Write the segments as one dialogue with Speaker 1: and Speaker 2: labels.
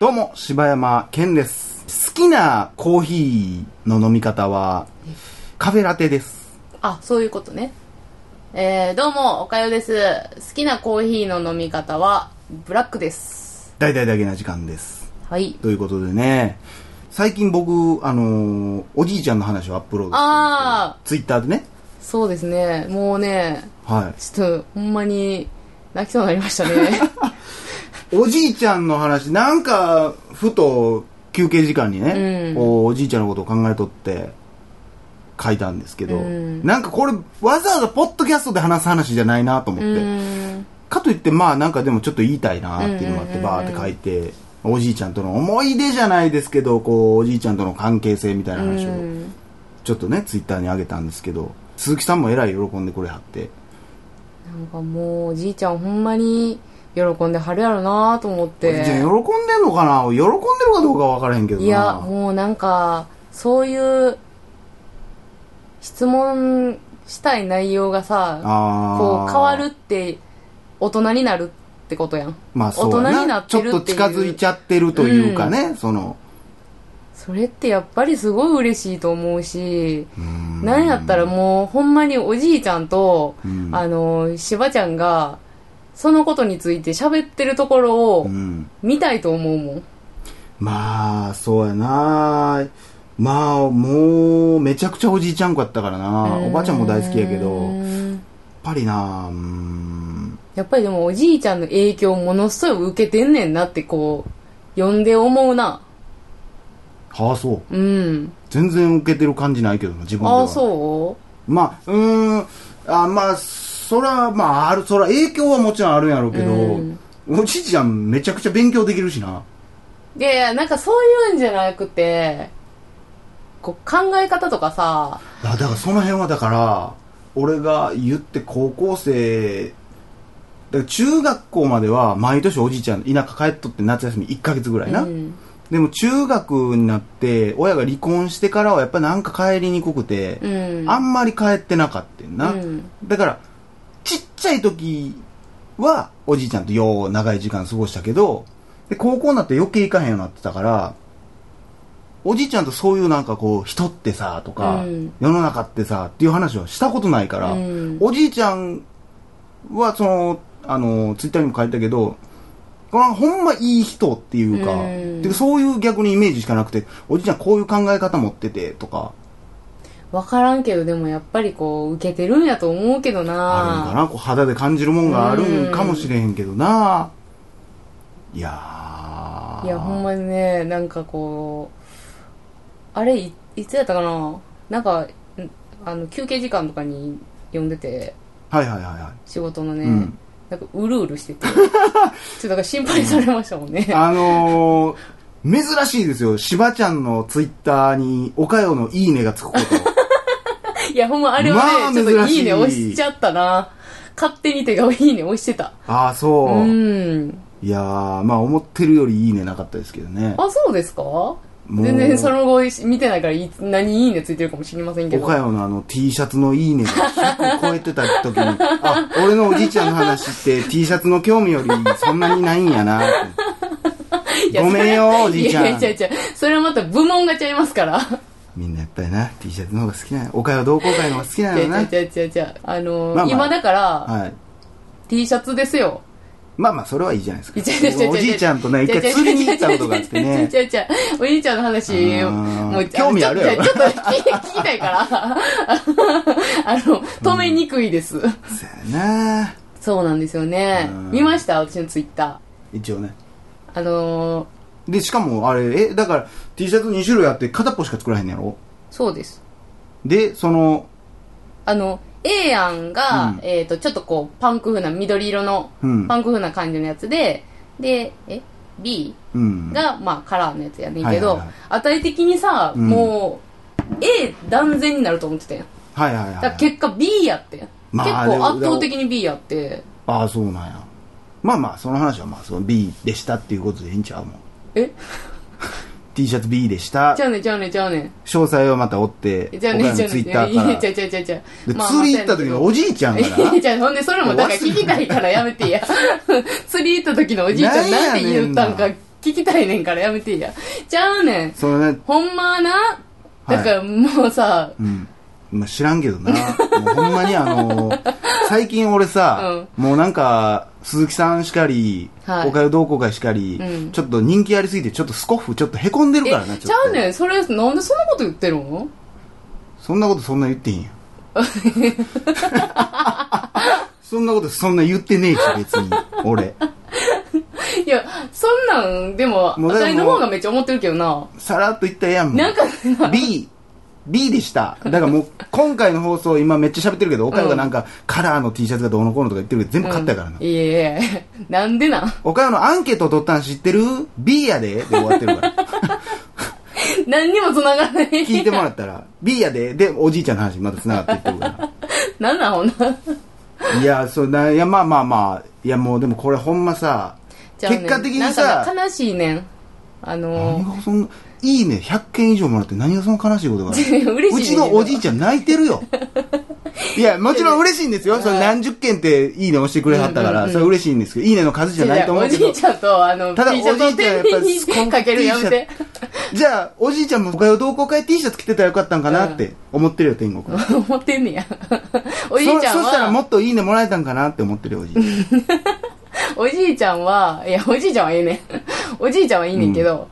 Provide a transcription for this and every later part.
Speaker 1: どうも、柴山健です。好きなコーヒーの飲み方は、カフェラテです。
Speaker 2: あ、そういうことね。えー、どうも、おかよです。好きなコーヒーの飲み方は、ブラックです。
Speaker 1: 大々だけな時間です。
Speaker 2: はい。
Speaker 1: ということでね、最近僕、あのーおじいちゃんの話をアップロードしてる
Speaker 2: あ
Speaker 1: ツイッターでね、
Speaker 2: ー、そうですね。もうね、
Speaker 1: は
Speaker 2: ちょっと、ほんまに、泣きそうになりまし たね。
Speaker 1: い。おじいちゃんの話、なんか、ふと休憩時間にね、
Speaker 2: うん
Speaker 1: こうおじいちゃんのことを考えとって、書いたんですけど、
Speaker 2: うん
Speaker 1: なんかこれ、わざわざポッドキャストで話す話じゃないなと思
Speaker 2: う
Speaker 1: って、
Speaker 2: ーん。
Speaker 1: かといってまあなんかでもちょっと言いたいなっていうのがあって
Speaker 2: うんうんうん
Speaker 1: バーって書いておじいちゃんとの思い出じゃないですけどこうおじいちゃんとの関係性みたいな話
Speaker 2: う
Speaker 1: を
Speaker 2: ん
Speaker 1: ちょっとねツイッターに上げたんですけど鈴木さんもえらい喜んでこれ貼って
Speaker 2: なんかもう、おじいちゃんほんまに、喜んではるやろなと思っ
Speaker 1: おじいちゃん喜ん
Speaker 2: て
Speaker 1: でん。のかな喜んでるかどうかは分からへんけどない
Speaker 2: や、もうなんか、そういう、質問したい内容がさ、
Speaker 1: あー
Speaker 2: こう変わるって大人になるってことやん
Speaker 1: まあそう
Speaker 2: 大人
Speaker 1: や
Speaker 2: にな
Speaker 1: な
Speaker 2: っ
Speaker 1: ちょ
Speaker 2: て
Speaker 1: っ
Speaker 2: るって
Speaker 1: と
Speaker 2: いう
Speaker 1: 近づいちゃってるというかねその
Speaker 2: それってやっぱりすごい嬉しいと思うし
Speaker 1: うん
Speaker 2: なんやったらもうほんまにおじいちゃんと、
Speaker 1: うん
Speaker 2: あのしばちゃんがそのことについて喋ってるところ
Speaker 1: う
Speaker 2: を
Speaker 1: ん
Speaker 2: 見たいと思うもん
Speaker 1: まあそうやなまあもうめちゃくちゃおじいちゃん子やったからなおばあちゃんも大好きやけど
Speaker 2: う
Speaker 1: やっ
Speaker 2: ん
Speaker 1: ぱりなうーん
Speaker 2: やっぱりでもおじいちゃんの影響をものすごい受けてんねんなってこう呼んで思うな
Speaker 1: はあそう
Speaker 2: うん
Speaker 1: 全然受けてる感じないけどな自分では
Speaker 2: ああそう
Speaker 1: まあうーんあまあそらまああるそら影響はもちろんあるんやろうけど、
Speaker 2: うん
Speaker 1: おじいちゃんめちゃくちゃ勉強できるしない
Speaker 2: やいや、なんかそういうんじゃなくて、こう考え方とかさ、
Speaker 1: あだからその辺はだから俺が言って高校生だから中学校までは毎年おじいちゃん田舎帰っとって夏休み1ヶ月ぐらいな、
Speaker 2: うん
Speaker 1: でも中学になって親が離婚してからはやっぱなんか帰りにくくて、
Speaker 2: うん。
Speaker 1: あんまり帰ってなかったんな、
Speaker 2: うん
Speaker 1: だからちっちゃい時はおじいちゃんとよう長い時間過ごしたけどで高校になって余計行かへんようになってたからおじいちゃんとそういうなんかこう人ってさとか、
Speaker 2: うん
Speaker 1: 世の中ってさっていう話はしたことないから、
Speaker 2: うん
Speaker 1: おじいちゃんはそのあのツイッターにも書いたけどこれはほんまいい人っていうか,、
Speaker 2: うん
Speaker 1: てかそういう逆にイメージしかなくておじいちゃんこういう考え方持っててとか
Speaker 2: わからんけど、でもやっぱりこう、受けてるんやと思うけど
Speaker 1: あるん
Speaker 2: な
Speaker 1: かなこう肌で感じるもんがあるんかもしれへんけどないやー
Speaker 2: いや、ほんまにね、なんかこう、あれ、いいつやったかななんか、んあの、休憩時間とかに呼んでて、
Speaker 1: はいはいはいは
Speaker 2: 仕事のね、
Speaker 1: うん
Speaker 2: なんかうるうるしてて、 ちょっとだから心配されましたもんね。
Speaker 1: いあのー、珍しいですよしばちゃんのツイッターにおかよの「いいね」がつくこと
Speaker 2: いや、ほんま、あれはね、
Speaker 1: まあ
Speaker 2: ちょっと
Speaker 1: 珍しい
Speaker 2: いいね押しちゃったな。勝手に手がいいね押してた。
Speaker 1: ああ
Speaker 2: う
Speaker 1: そう、
Speaker 2: ん。
Speaker 1: いやーまあ思ってるより「いいね」なかったですけどね
Speaker 2: あ、そうですか
Speaker 1: う
Speaker 2: 全然その後見てないからいつ、何いいねついてるかもしれませんけど。
Speaker 1: 岡山のあの T シャツのいいねが100超えてた時に、あ、俺のおじいちゃんの話って T シャツの興味よりそんなにないんやな って。
Speaker 2: や
Speaker 1: ごめんよ、おじいちゃん。
Speaker 2: いやいやいやいやそれはまた部門がちゃいますから。
Speaker 1: みんなやっぱりな、T シャツの方が好きなんや。岡山同好会の方が好きなん
Speaker 2: 違
Speaker 1: や
Speaker 2: う 違
Speaker 1: な
Speaker 2: う。違う違う違う。あの
Speaker 1: まあ
Speaker 2: ー
Speaker 1: まあ
Speaker 2: 今だから、
Speaker 1: はい。
Speaker 2: T シャツですよ。
Speaker 1: まあまあ、それはいいじゃないですか
Speaker 2: いや違う違う違。う
Speaker 1: おじいちゃんとね、一回釣りに行ったことがあってね。
Speaker 2: 違う違う違う違う違うおじいちゃんの話、
Speaker 1: うん
Speaker 2: もう、
Speaker 1: 興味あるやろ
Speaker 2: ちょっとちょっと聞き聞きたいから、 あの、止めにくいです。
Speaker 1: そうやな
Speaker 2: そうなんですよね
Speaker 1: うん。
Speaker 2: 見ました私のツイッタ
Speaker 1: 一応ね。
Speaker 2: ー。あのー、
Speaker 1: で、しかもあれ、え、だから T シャツ2種類あって片っぽしか作らへんのやろ
Speaker 2: そうです。
Speaker 1: で、その、
Speaker 2: あの、A 案が、
Speaker 1: うん
Speaker 2: えっ、と、ちょっとこう、パンク風な、緑色の、
Speaker 1: うん
Speaker 2: パンク風な感じのやつで、で、え ?B
Speaker 1: うん。
Speaker 2: が、まあ、カラーのやつやねんけど、
Speaker 1: はいはいはい
Speaker 2: 値的にさ、
Speaker 1: うん
Speaker 2: もう、A 断然になると思ってたやん。
Speaker 1: はいはい
Speaker 2: だ
Speaker 1: は
Speaker 2: か
Speaker 1: い
Speaker 2: ら。結果 B やってん。
Speaker 1: まあ
Speaker 2: 結構
Speaker 1: でも
Speaker 2: 圧倒的に B やって。
Speaker 1: ああそうなんやまあまあその話はまあその B でしたっていうことでいいんちゃうもん
Speaker 2: え
Speaker 1: T シャツ B でした
Speaker 2: ち。ゃうねんちゃうねんちゃうね
Speaker 1: 詳細はまた追って、
Speaker 2: ん。ちゃうねんちゃう
Speaker 1: ツ
Speaker 2: ね
Speaker 1: イ
Speaker 2: ん。
Speaker 1: ッターから。で、
Speaker 2: ちゃうちゃうちゃうちゃう。
Speaker 1: 釣り行った時のおじいちゃんが
Speaker 2: い
Speaker 1: な
Speaker 2: や、じゃあ、ほんで、それも、だから聞きたいからやめてや。 釣り行った時のおじいちゃん、なんて言ったんか
Speaker 1: なんやねん
Speaker 2: 聞きたいねんからやめてや。ちゃうねん。
Speaker 1: そのね、
Speaker 2: ほんまはな、だからもうさ、
Speaker 1: うん。まあ、知らんけどな。もうほんまにあの、 最近俺さ、もうなんか、鈴木さんしかり、
Speaker 2: はい
Speaker 1: おかゆ同好会しかり、
Speaker 2: うん
Speaker 1: ちょっと人気ありすぎて、ちょっとスコッフちょっとへこんでる
Speaker 2: え
Speaker 1: からな、ちょっと。
Speaker 2: ちゃうねん。それ、なんでそんなこと言ってるの
Speaker 1: そんなことそんな言ってへ んやん。そんなことそんな言ってねえし、別に。俺。
Speaker 2: いや、そんなん、でも、
Speaker 1: もうでも
Speaker 2: 私の方がめっちゃ思ってるけどな。
Speaker 1: さらっと言ったらええやんもん。
Speaker 2: なんか
Speaker 1: B、B でした。だからもう、今回の放送、今めっちゃ喋ってるけど、岡山がなんか、カラーの T シャツがどうのこうのとか言ってるけど、全部買ったからな。
Speaker 2: うんいやいや、 なんでなん
Speaker 1: 岡山のアンケート取ったん知ってる ?B やでで終わってるから。
Speaker 2: 何にも繋がらない。
Speaker 1: 聞いてもらったら、B やでで、おじいちゃんの話また繋がっていってるか
Speaker 2: なんなんほんな。
Speaker 1: ら。いや、そうな、いや、まあまあまあ、いやもうでもこれほんまさ、
Speaker 2: ちゃうねん
Speaker 1: 結果的にさ
Speaker 2: なんかな悲しいねん。あの
Speaker 1: 何がそんな、いいね、100件以上もらって何がそんな悲しいことがある
Speaker 2: ー、嬉
Speaker 1: う
Speaker 2: しい
Speaker 1: ち
Speaker 2: ねんけ
Speaker 1: の
Speaker 2: ど
Speaker 1: おじいちゃん泣いてるよ。いや、もちろん嬉しいんですよ。その何十件っていいね押してくれはったから、それは嬉しいんですけど、いいねの数じゃないと思うけ
Speaker 2: お
Speaker 1: ど
Speaker 2: じい。ちゃんと、あの、
Speaker 1: ただ
Speaker 2: T シャツを天秤
Speaker 1: おじいちゃんやっ
Speaker 2: に
Speaker 1: ぱ
Speaker 2: かけるやめて。
Speaker 1: じゃあ、おじいちゃんもおかよ同好会 T シャツ着てたらよかったんかなって思ってるよ、天国。
Speaker 2: 思ってんねや。おじいちゃん
Speaker 1: そそしたらも
Speaker 2: は、
Speaker 1: っといいねもらえたんかなって思ってるよ、おじいちゃん。
Speaker 2: おじいちゃんは、いや、おじいちゃんはええねん。おじいちゃんはいいねんけど、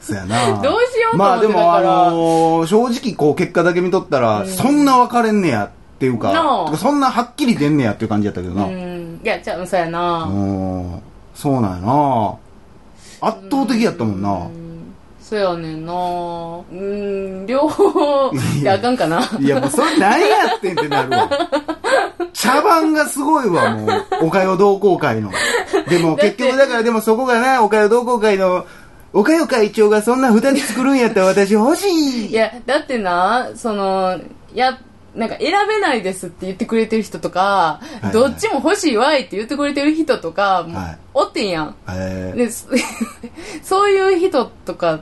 Speaker 1: そやな
Speaker 2: どうしようと
Speaker 1: ま
Speaker 2: 思っ
Speaker 1: あ
Speaker 2: て
Speaker 1: で
Speaker 2: たから
Speaker 1: も、あのー正直こう結果だけ見とったら、そんな分かれんねやっていうか、
Speaker 2: なあ
Speaker 1: てかそんなはっきり出んねやっていう感じやったけどな。
Speaker 2: う、
Speaker 1: うん
Speaker 2: いや、ちゃう、そうやな。
Speaker 1: ん。そうなんやな圧倒的やったもんな。
Speaker 2: そうやねんな。うん、両方、いや、あかんかな。
Speaker 1: いやもうそれ何やってんってなる わ。茶番がすごいわ、もう。おかよ同好会の。でも
Speaker 2: だって
Speaker 1: 結局だからでもそこがな、おかよ同好会の、おかよ会長がそんな二人作るんやったら私欲しい
Speaker 2: いや、だってな、その、いや、なんか選べないですって言ってくれてる人とか、
Speaker 1: いはい
Speaker 2: どっちも欲しいわいって言ってくれてる人とか、もう
Speaker 1: はい
Speaker 2: おってんやん。
Speaker 1: えー
Speaker 2: でそ そういう人とか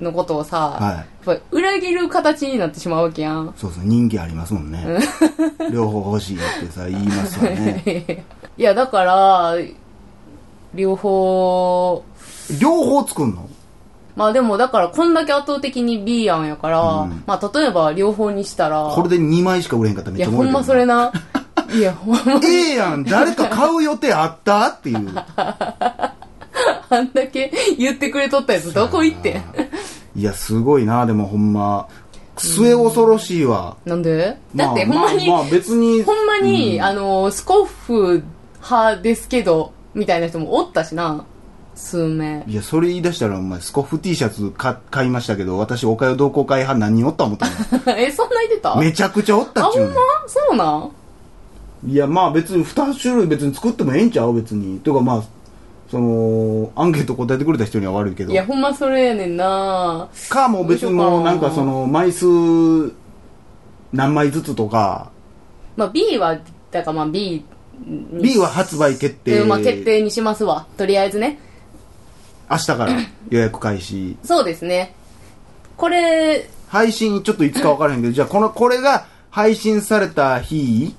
Speaker 2: のことをさ、
Speaker 1: はい
Speaker 2: やっぱり裏切る形になってしまうわけやん。
Speaker 1: そうそう、人気ありますもんね。 両方欲しいってさ、言いますわね。
Speaker 2: いや、だから、両方、
Speaker 1: 両方作んの
Speaker 2: まあでもだからこんだけ圧倒的に B やんやから、
Speaker 1: うん
Speaker 2: まあ例えば両方にしたら、
Speaker 1: これで2枚しか売れへんかったら
Speaker 2: い
Speaker 1: めっちゃ
Speaker 2: や、ほ
Speaker 1: 儲
Speaker 2: ん
Speaker 1: け
Speaker 2: ま
Speaker 1: る
Speaker 2: それな。いや、ほんま、
Speaker 1: ええやん、誰か買う予定あったって いう。
Speaker 2: あんだけ言ってくれとったやつどこ行ってん
Speaker 1: いや、すごいな、でもほんま。末恐ろしいわ。
Speaker 2: なんで
Speaker 1: まあ
Speaker 2: だってほんまに、
Speaker 1: まあまあ別に
Speaker 2: ほんまに、あの、スコッフ派ですけど、みたいな人もおったしな、数名。
Speaker 1: いや、それ言い出したら、お前、スコッフ T シャツ買買いましたけど、私、おかよ同好会派何人おった思ったの
Speaker 2: え、そんな言ってた
Speaker 1: めちゃくちゃおっ
Speaker 2: あ、
Speaker 1: たっち
Speaker 2: ほ
Speaker 1: ゅう
Speaker 2: んま
Speaker 1: ね
Speaker 2: そうなん
Speaker 1: んいや、まあ別に、2種類別に作ってもええんちゃう別に。というかまあ、その、アンケート答えてくれた人には悪いけど。
Speaker 2: いや、ほんまそれやねんな
Speaker 1: かもう別にもうなんかその枚数何枚ずつとか
Speaker 2: まあ B は、だからまあ B に
Speaker 1: B は発売決定、
Speaker 2: うんまあ決定にしますわ。とりあえずね。
Speaker 1: 明日から予約開始
Speaker 2: そうですね。これ、
Speaker 1: 配信ちょっといつか分からへんけどじゃあこのこれが配信された日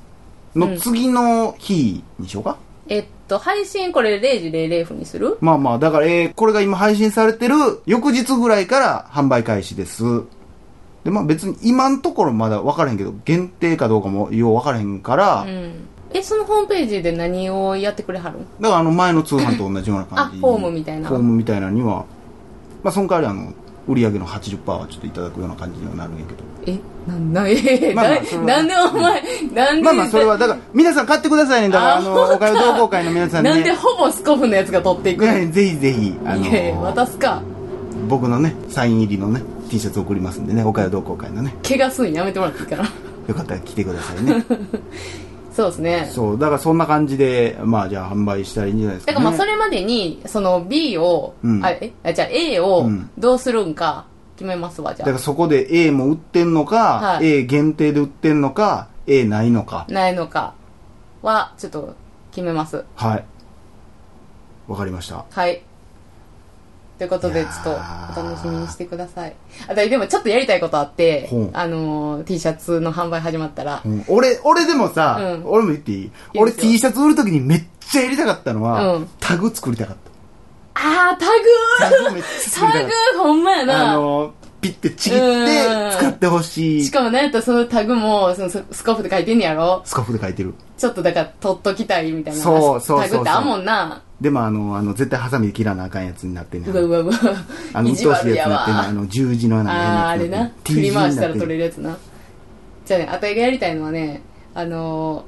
Speaker 1: の次の日にしようか、
Speaker 2: えっと、配信これ0時00分にする
Speaker 1: まあまあだから、えーこれが今配信されてる翌日ぐらいから販売開始ですでまあ別に今のところまだ分からへんけど限定かどうかもよう分からへんから、
Speaker 2: うん。え、そのホームページで何をやってくれはるん
Speaker 1: だからあの前の通販と同じような感じ
Speaker 2: あフォームみたいな
Speaker 1: フォームみたいなのにはまあその代わりあの売り上げの80%はちょっといただくような感じにはなるんやけど
Speaker 2: え、なん、な、え、
Speaker 1: まあまあ
Speaker 2: な
Speaker 1: それは
Speaker 2: なんでお前、なんで、
Speaker 1: まあまあそれはだから皆さん買ってくださいねだから
Speaker 2: あ
Speaker 1: あのおかゆ同好会の皆さんね
Speaker 2: なんでほぼスコフのやつが取っていく
Speaker 1: い
Speaker 2: の
Speaker 1: やぜひぜひあの
Speaker 2: いやいや渡すか
Speaker 1: 僕のねサイン入りのね T シャツ送りますんでねおかゆ同好会のね
Speaker 2: 怪我すんのやめてもらっていいかな
Speaker 1: よかったら来てくださいね
Speaker 2: そうですね
Speaker 1: そうだからそんな感じでまあじゃあ販売したらいいんじゃないですか、
Speaker 2: だ
Speaker 1: ね、
Speaker 2: からまあそれまでにその B を、
Speaker 1: うん
Speaker 2: あえあじゃあ A を
Speaker 1: うん
Speaker 2: どうするんか決めますわじゃ
Speaker 1: だからそこで A も売ってんのか、
Speaker 2: はい
Speaker 1: A 限定で売ってんのか A ないのか
Speaker 2: あないのかはちょっと決めます
Speaker 1: はいわかりました
Speaker 2: はいということ
Speaker 1: い
Speaker 2: で、ち
Speaker 1: や
Speaker 2: ょ
Speaker 1: ー
Speaker 2: っとお楽しみにしてください。あ、だでもちょっとやりたいことあって
Speaker 1: ほう、
Speaker 2: あのー、T シャツの販売始まったら
Speaker 1: う、ん俺、俺でもさ、
Speaker 2: うん
Speaker 1: 俺も言っていい
Speaker 2: すよ
Speaker 1: 俺 T シャツ売るときにめっちゃやりたかったのは、
Speaker 2: うん
Speaker 1: タグ作りたかっ
Speaker 2: あー、タ
Speaker 1: た。
Speaker 2: グ
Speaker 1: タグめっちゃ作り
Speaker 2: タ
Speaker 1: たかっ
Speaker 2: グほんまや
Speaker 1: た。あ
Speaker 2: な。
Speaker 1: の、ピッてちぎって使ってほしい。
Speaker 2: しかもなんやったらそのタグも、そのススコープで書いてんねやろ
Speaker 1: スカフで書いてる。
Speaker 2: ちょっとだから取っときたいみたいな。
Speaker 1: そうそうそうそう
Speaker 2: タグってあんもんな。
Speaker 1: でもあの、あの、絶対ハサミで切らなあかんやつになってんね
Speaker 2: うわうわうわ。
Speaker 1: あの、うっ
Speaker 2: 意地
Speaker 1: とうしいや
Speaker 2: 悪
Speaker 1: つ
Speaker 2: や
Speaker 1: になってんね
Speaker 2: わ
Speaker 1: ん。あの、十字の穴
Speaker 2: あーあ
Speaker 1: み
Speaker 2: れ
Speaker 1: たいなや
Speaker 2: な
Speaker 1: つ
Speaker 2: 振り回したら
Speaker 1: になってんねん
Speaker 2: 取れるやつなじゃあねあたいがやりたいのはねあの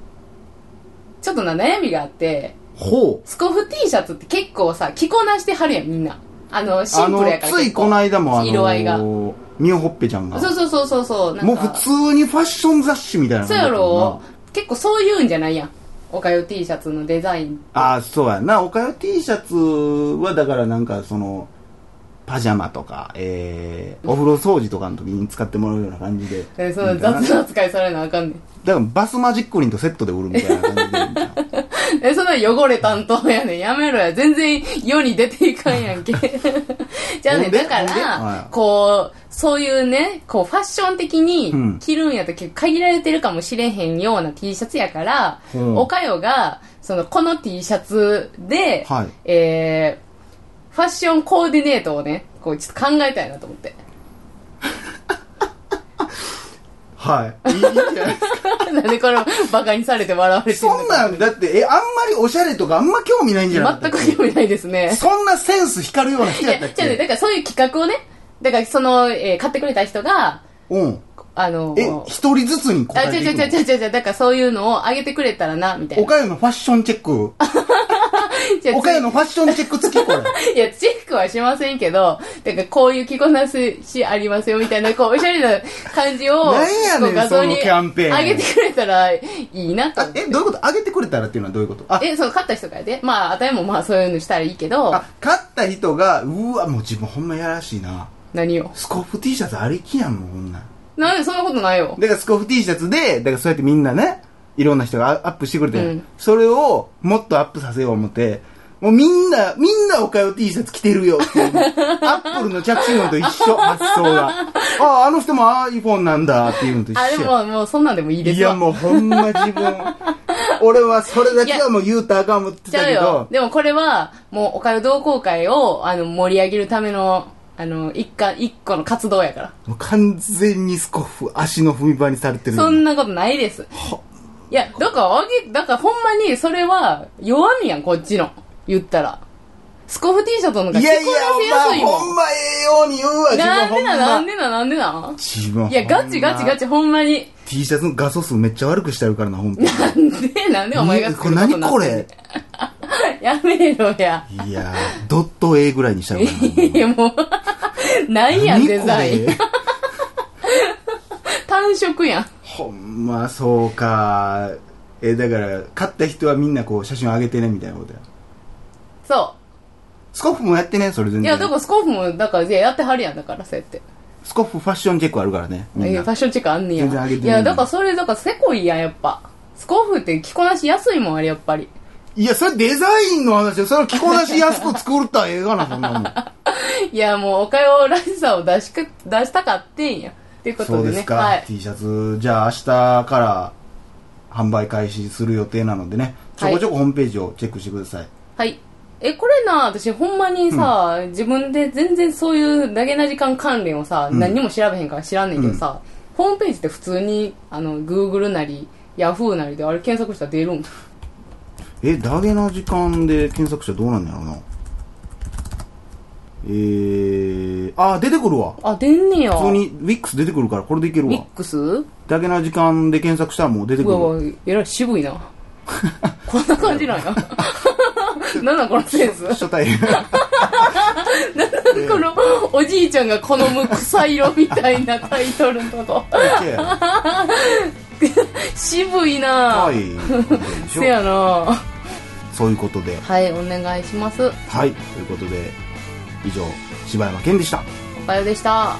Speaker 2: ー、ちょっとな悩みがあって
Speaker 1: ほう。
Speaker 2: スコフ T シャツって結構さ着こなしてはるやんみんなあのシ
Speaker 1: あ
Speaker 2: ン
Speaker 1: の
Speaker 2: プルやか、ら
Speaker 1: ついこの間もあの、
Speaker 2: 色合いが
Speaker 1: ミオホッペちゃんが。
Speaker 2: そうそうそうそうそうなんか
Speaker 1: もう普通にファッション雑誌みたいな
Speaker 2: そうやろ結構そういうんじゃないやんおかよ T シャツのデザイン
Speaker 1: ああ、そうやな。おかよ T シャツは、だからなんかその、パジャマとか、えー、お風呂掃除とかの時に使ってもらうような感じで。
Speaker 2: えその雑な扱いされなあかんね
Speaker 1: だからバスマジックリンとセットで売るみたいな感じで。
Speaker 2: んえそんな汚れ担当やねんやめろや全然世に出ていかん やんけじゃあ
Speaker 1: ほ
Speaker 2: ね
Speaker 1: んで
Speaker 2: だか
Speaker 1: ほんで
Speaker 2: ら
Speaker 1: はい
Speaker 2: こうそういうねこうファッション的
Speaker 1: うん
Speaker 2: に着るんやと結構限られてるかもしれへんような T シャツやから、
Speaker 1: うん
Speaker 2: おかよがそのこの T シャツで、
Speaker 1: はい
Speaker 2: えー、ファッションコーディネートをねこうちょっと考えたいなと思って
Speaker 1: はい。いいじゃないですか。
Speaker 2: なんでこれバカにされて笑われて る
Speaker 1: そん
Speaker 2: のか
Speaker 1: なん、だって、え、あんまりおしゃれとかあんま興味ないんじゃない
Speaker 2: 全く興味ないですね。
Speaker 1: そんなセンス光るような人
Speaker 2: い
Speaker 1: や
Speaker 2: や、
Speaker 1: ったっ
Speaker 2: じゃあね、
Speaker 1: け
Speaker 2: だからそういう企画をね、だからその、えー買ってくれた人が、
Speaker 1: うん。
Speaker 2: あのー
Speaker 1: え、一人ずつに答
Speaker 2: あ、
Speaker 1: えて
Speaker 2: 違う
Speaker 1: いく
Speaker 2: 違う
Speaker 1: の
Speaker 2: 違う違う違う、だからそういうのをあげてくれたらな、みたい
Speaker 1: お
Speaker 2: な。
Speaker 1: かゆのファッションチェック。
Speaker 2: じゃあ
Speaker 1: おかゆのファッションチェック付きこれ。
Speaker 2: いや、チェックはしませんけど、だからこういう着こなすしありますよ、みたいな、こう、おしゃれな感じを、
Speaker 1: なんやねん
Speaker 2: こう画像に
Speaker 1: そのキャンペーン
Speaker 2: あげてくれたらいいなと
Speaker 1: あ。え、どういうことあげてくれたらっていうのはどういうことあ、
Speaker 2: え、その買った人からで、まあ、あたいもまあそういうのしたらいいけど、
Speaker 1: あ、勝った人が、うわ、もう自分ほんまやらしいな。
Speaker 2: 何を。
Speaker 1: スコーフ T シャツありきやん、もうこんなん。
Speaker 2: なんでそんなことないよ。
Speaker 1: だからスコーフ T シャツで、だからそうやってみんなね、いろんな人がアアップしてくれて、
Speaker 2: うん
Speaker 1: それをもっとアップさせよう思って、もうみんな、みんなおかよ T シャツ着てるよって いう、アップルの着信音と一緒、発想が。ああ、あの人も iPhone なんだっていうのと一
Speaker 2: あ、で
Speaker 1: 緒や。
Speaker 2: も、もうそんなんでもいいで
Speaker 1: い
Speaker 2: すわ。
Speaker 1: や、もうほんま自分。俺はそれだけはもう言うたらあかん思って
Speaker 2: ちゃ
Speaker 1: た
Speaker 2: う
Speaker 1: け
Speaker 2: よ
Speaker 1: ど。。
Speaker 2: でもこれは、もう、おかゆ同好会を、あの、盛り上げるための、あの、一環、一個の活動やから。
Speaker 1: もう完全にスコフ、足の踏み場にされてる。
Speaker 2: そんなことないです。いや、だから、あげ、だからほんまに、それは、弱みやん、こっちの。言ったら。スコフ T シャツの方が
Speaker 1: い
Speaker 2: 着こ
Speaker 1: や
Speaker 2: ないせ
Speaker 1: や、
Speaker 2: やすい
Speaker 1: お前ほ
Speaker 2: も
Speaker 1: ん
Speaker 2: ん。
Speaker 1: まええように言うわ、自分
Speaker 2: なん
Speaker 1: ほ
Speaker 2: で
Speaker 1: んま
Speaker 2: な、なんでな、なんでな。
Speaker 1: 自分
Speaker 2: いや、ガチガチガ
Speaker 1: チ。
Speaker 2: チ、ほんまに。
Speaker 1: T シャツの画素数めっちゃ悪くしてあるからな、ほ んとに。
Speaker 2: なんで、なんでお前が
Speaker 1: これ
Speaker 2: 作ること
Speaker 1: 何
Speaker 2: にな
Speaker 1: こ
Speaker 2: ってん
Speaker 1: れ
Speaker 2: ねんやめろや。
Speaker 1: いやー、ドット A ぐらいにしたるから
Speaker 2: いや、もう、 ないやん、
Speaker 1: 何
Speaker 2: デ
Speaker 1: こ
Speaker 2: ザイン。
Speaker 1: れ
Speaker 2: 単色やん。
Speaker 1: ほんま、そうか。え、だから、買った人はみんなこう、写真上げてね、みたいなことや。
Speaker 2: そう。
Speaker 1: スコッフもやってね、それ全
Speaker 2: い
Speaker 1: 然。
Speaker 2: や、だからスコーフも、だから、いややってはるやん、だから、そうやって。
Speaker 1: スコッフファッションチェックあるからね、み
Speaker 2: い
Speaker 1: ん
Speaker 2: や、
Speaker 1: な
Speaker 2: ファ。ッションチェックあんねや。
Speaker 1: 全然上げてない
Speaker 2: いや、だからそれ、だからせこいやん、やっぱ。スコーフって着こなしやすいもん、あれ、やっ ぱり。
Speaker 1: いや、それデザインの話よ。それを着こなしやすく作るったらええがな、そんなもん。
Speaker 2: いや、もう、おかよらしさを出しく、出したかってんや。っていうこ
Speaker 1: そ
Speaker 2: と
Speaker 1: う
Speaker 2: で
Speaker 1: で
Speaker 2: ね。
Speaker 1: すか、
Speaker 2: はい。
Speaker 1: T シャツじゃあ明日から販売開始する予定なのでねちょこちょこホームページをチェックしてください、
Speaker 2: はい。え、これな、私、ほんまにさ、自分で全然そういう投げな時間関連をさ、
Speaker 1: ん
Speaker 2: 何にも調べへんから知らんねんけどさ、ホームページって普通に、あの、Google なり、Yahoo なりで、あれ検索したら出るん
Speaker 1: えダゲな時間で検索したらどうなんやろうなえー、あ出てくるわ
Speaker 2: あ、出んねや。
Speaker 1: 普通に WIX 出てくるからこれでいける
Speaker 2: ミ
Speaker 1: わ
Speaker 2: ックス
Speaker 1: ダゲな時間で検索したらもう出てく
Speaker 2: う
Speaker 1: る
Speaker 2: わ
Speaker 1: わ
Speaker 2: うわえらい渋いなこんな感じ なんやなんなんこのセンス
Speaker 1: 初 対
Speaker 2: このおじいちゃんが好む草色みたいなタイトルのとこ渋いな、
Speaker 1: はいでしょ
Speaker 2: せやな
Speaker 1: そういうことで
Speaker 2: はいお願いします
Speaker 1: はいということで以上柴山健でした
Speaker 2: おかよでした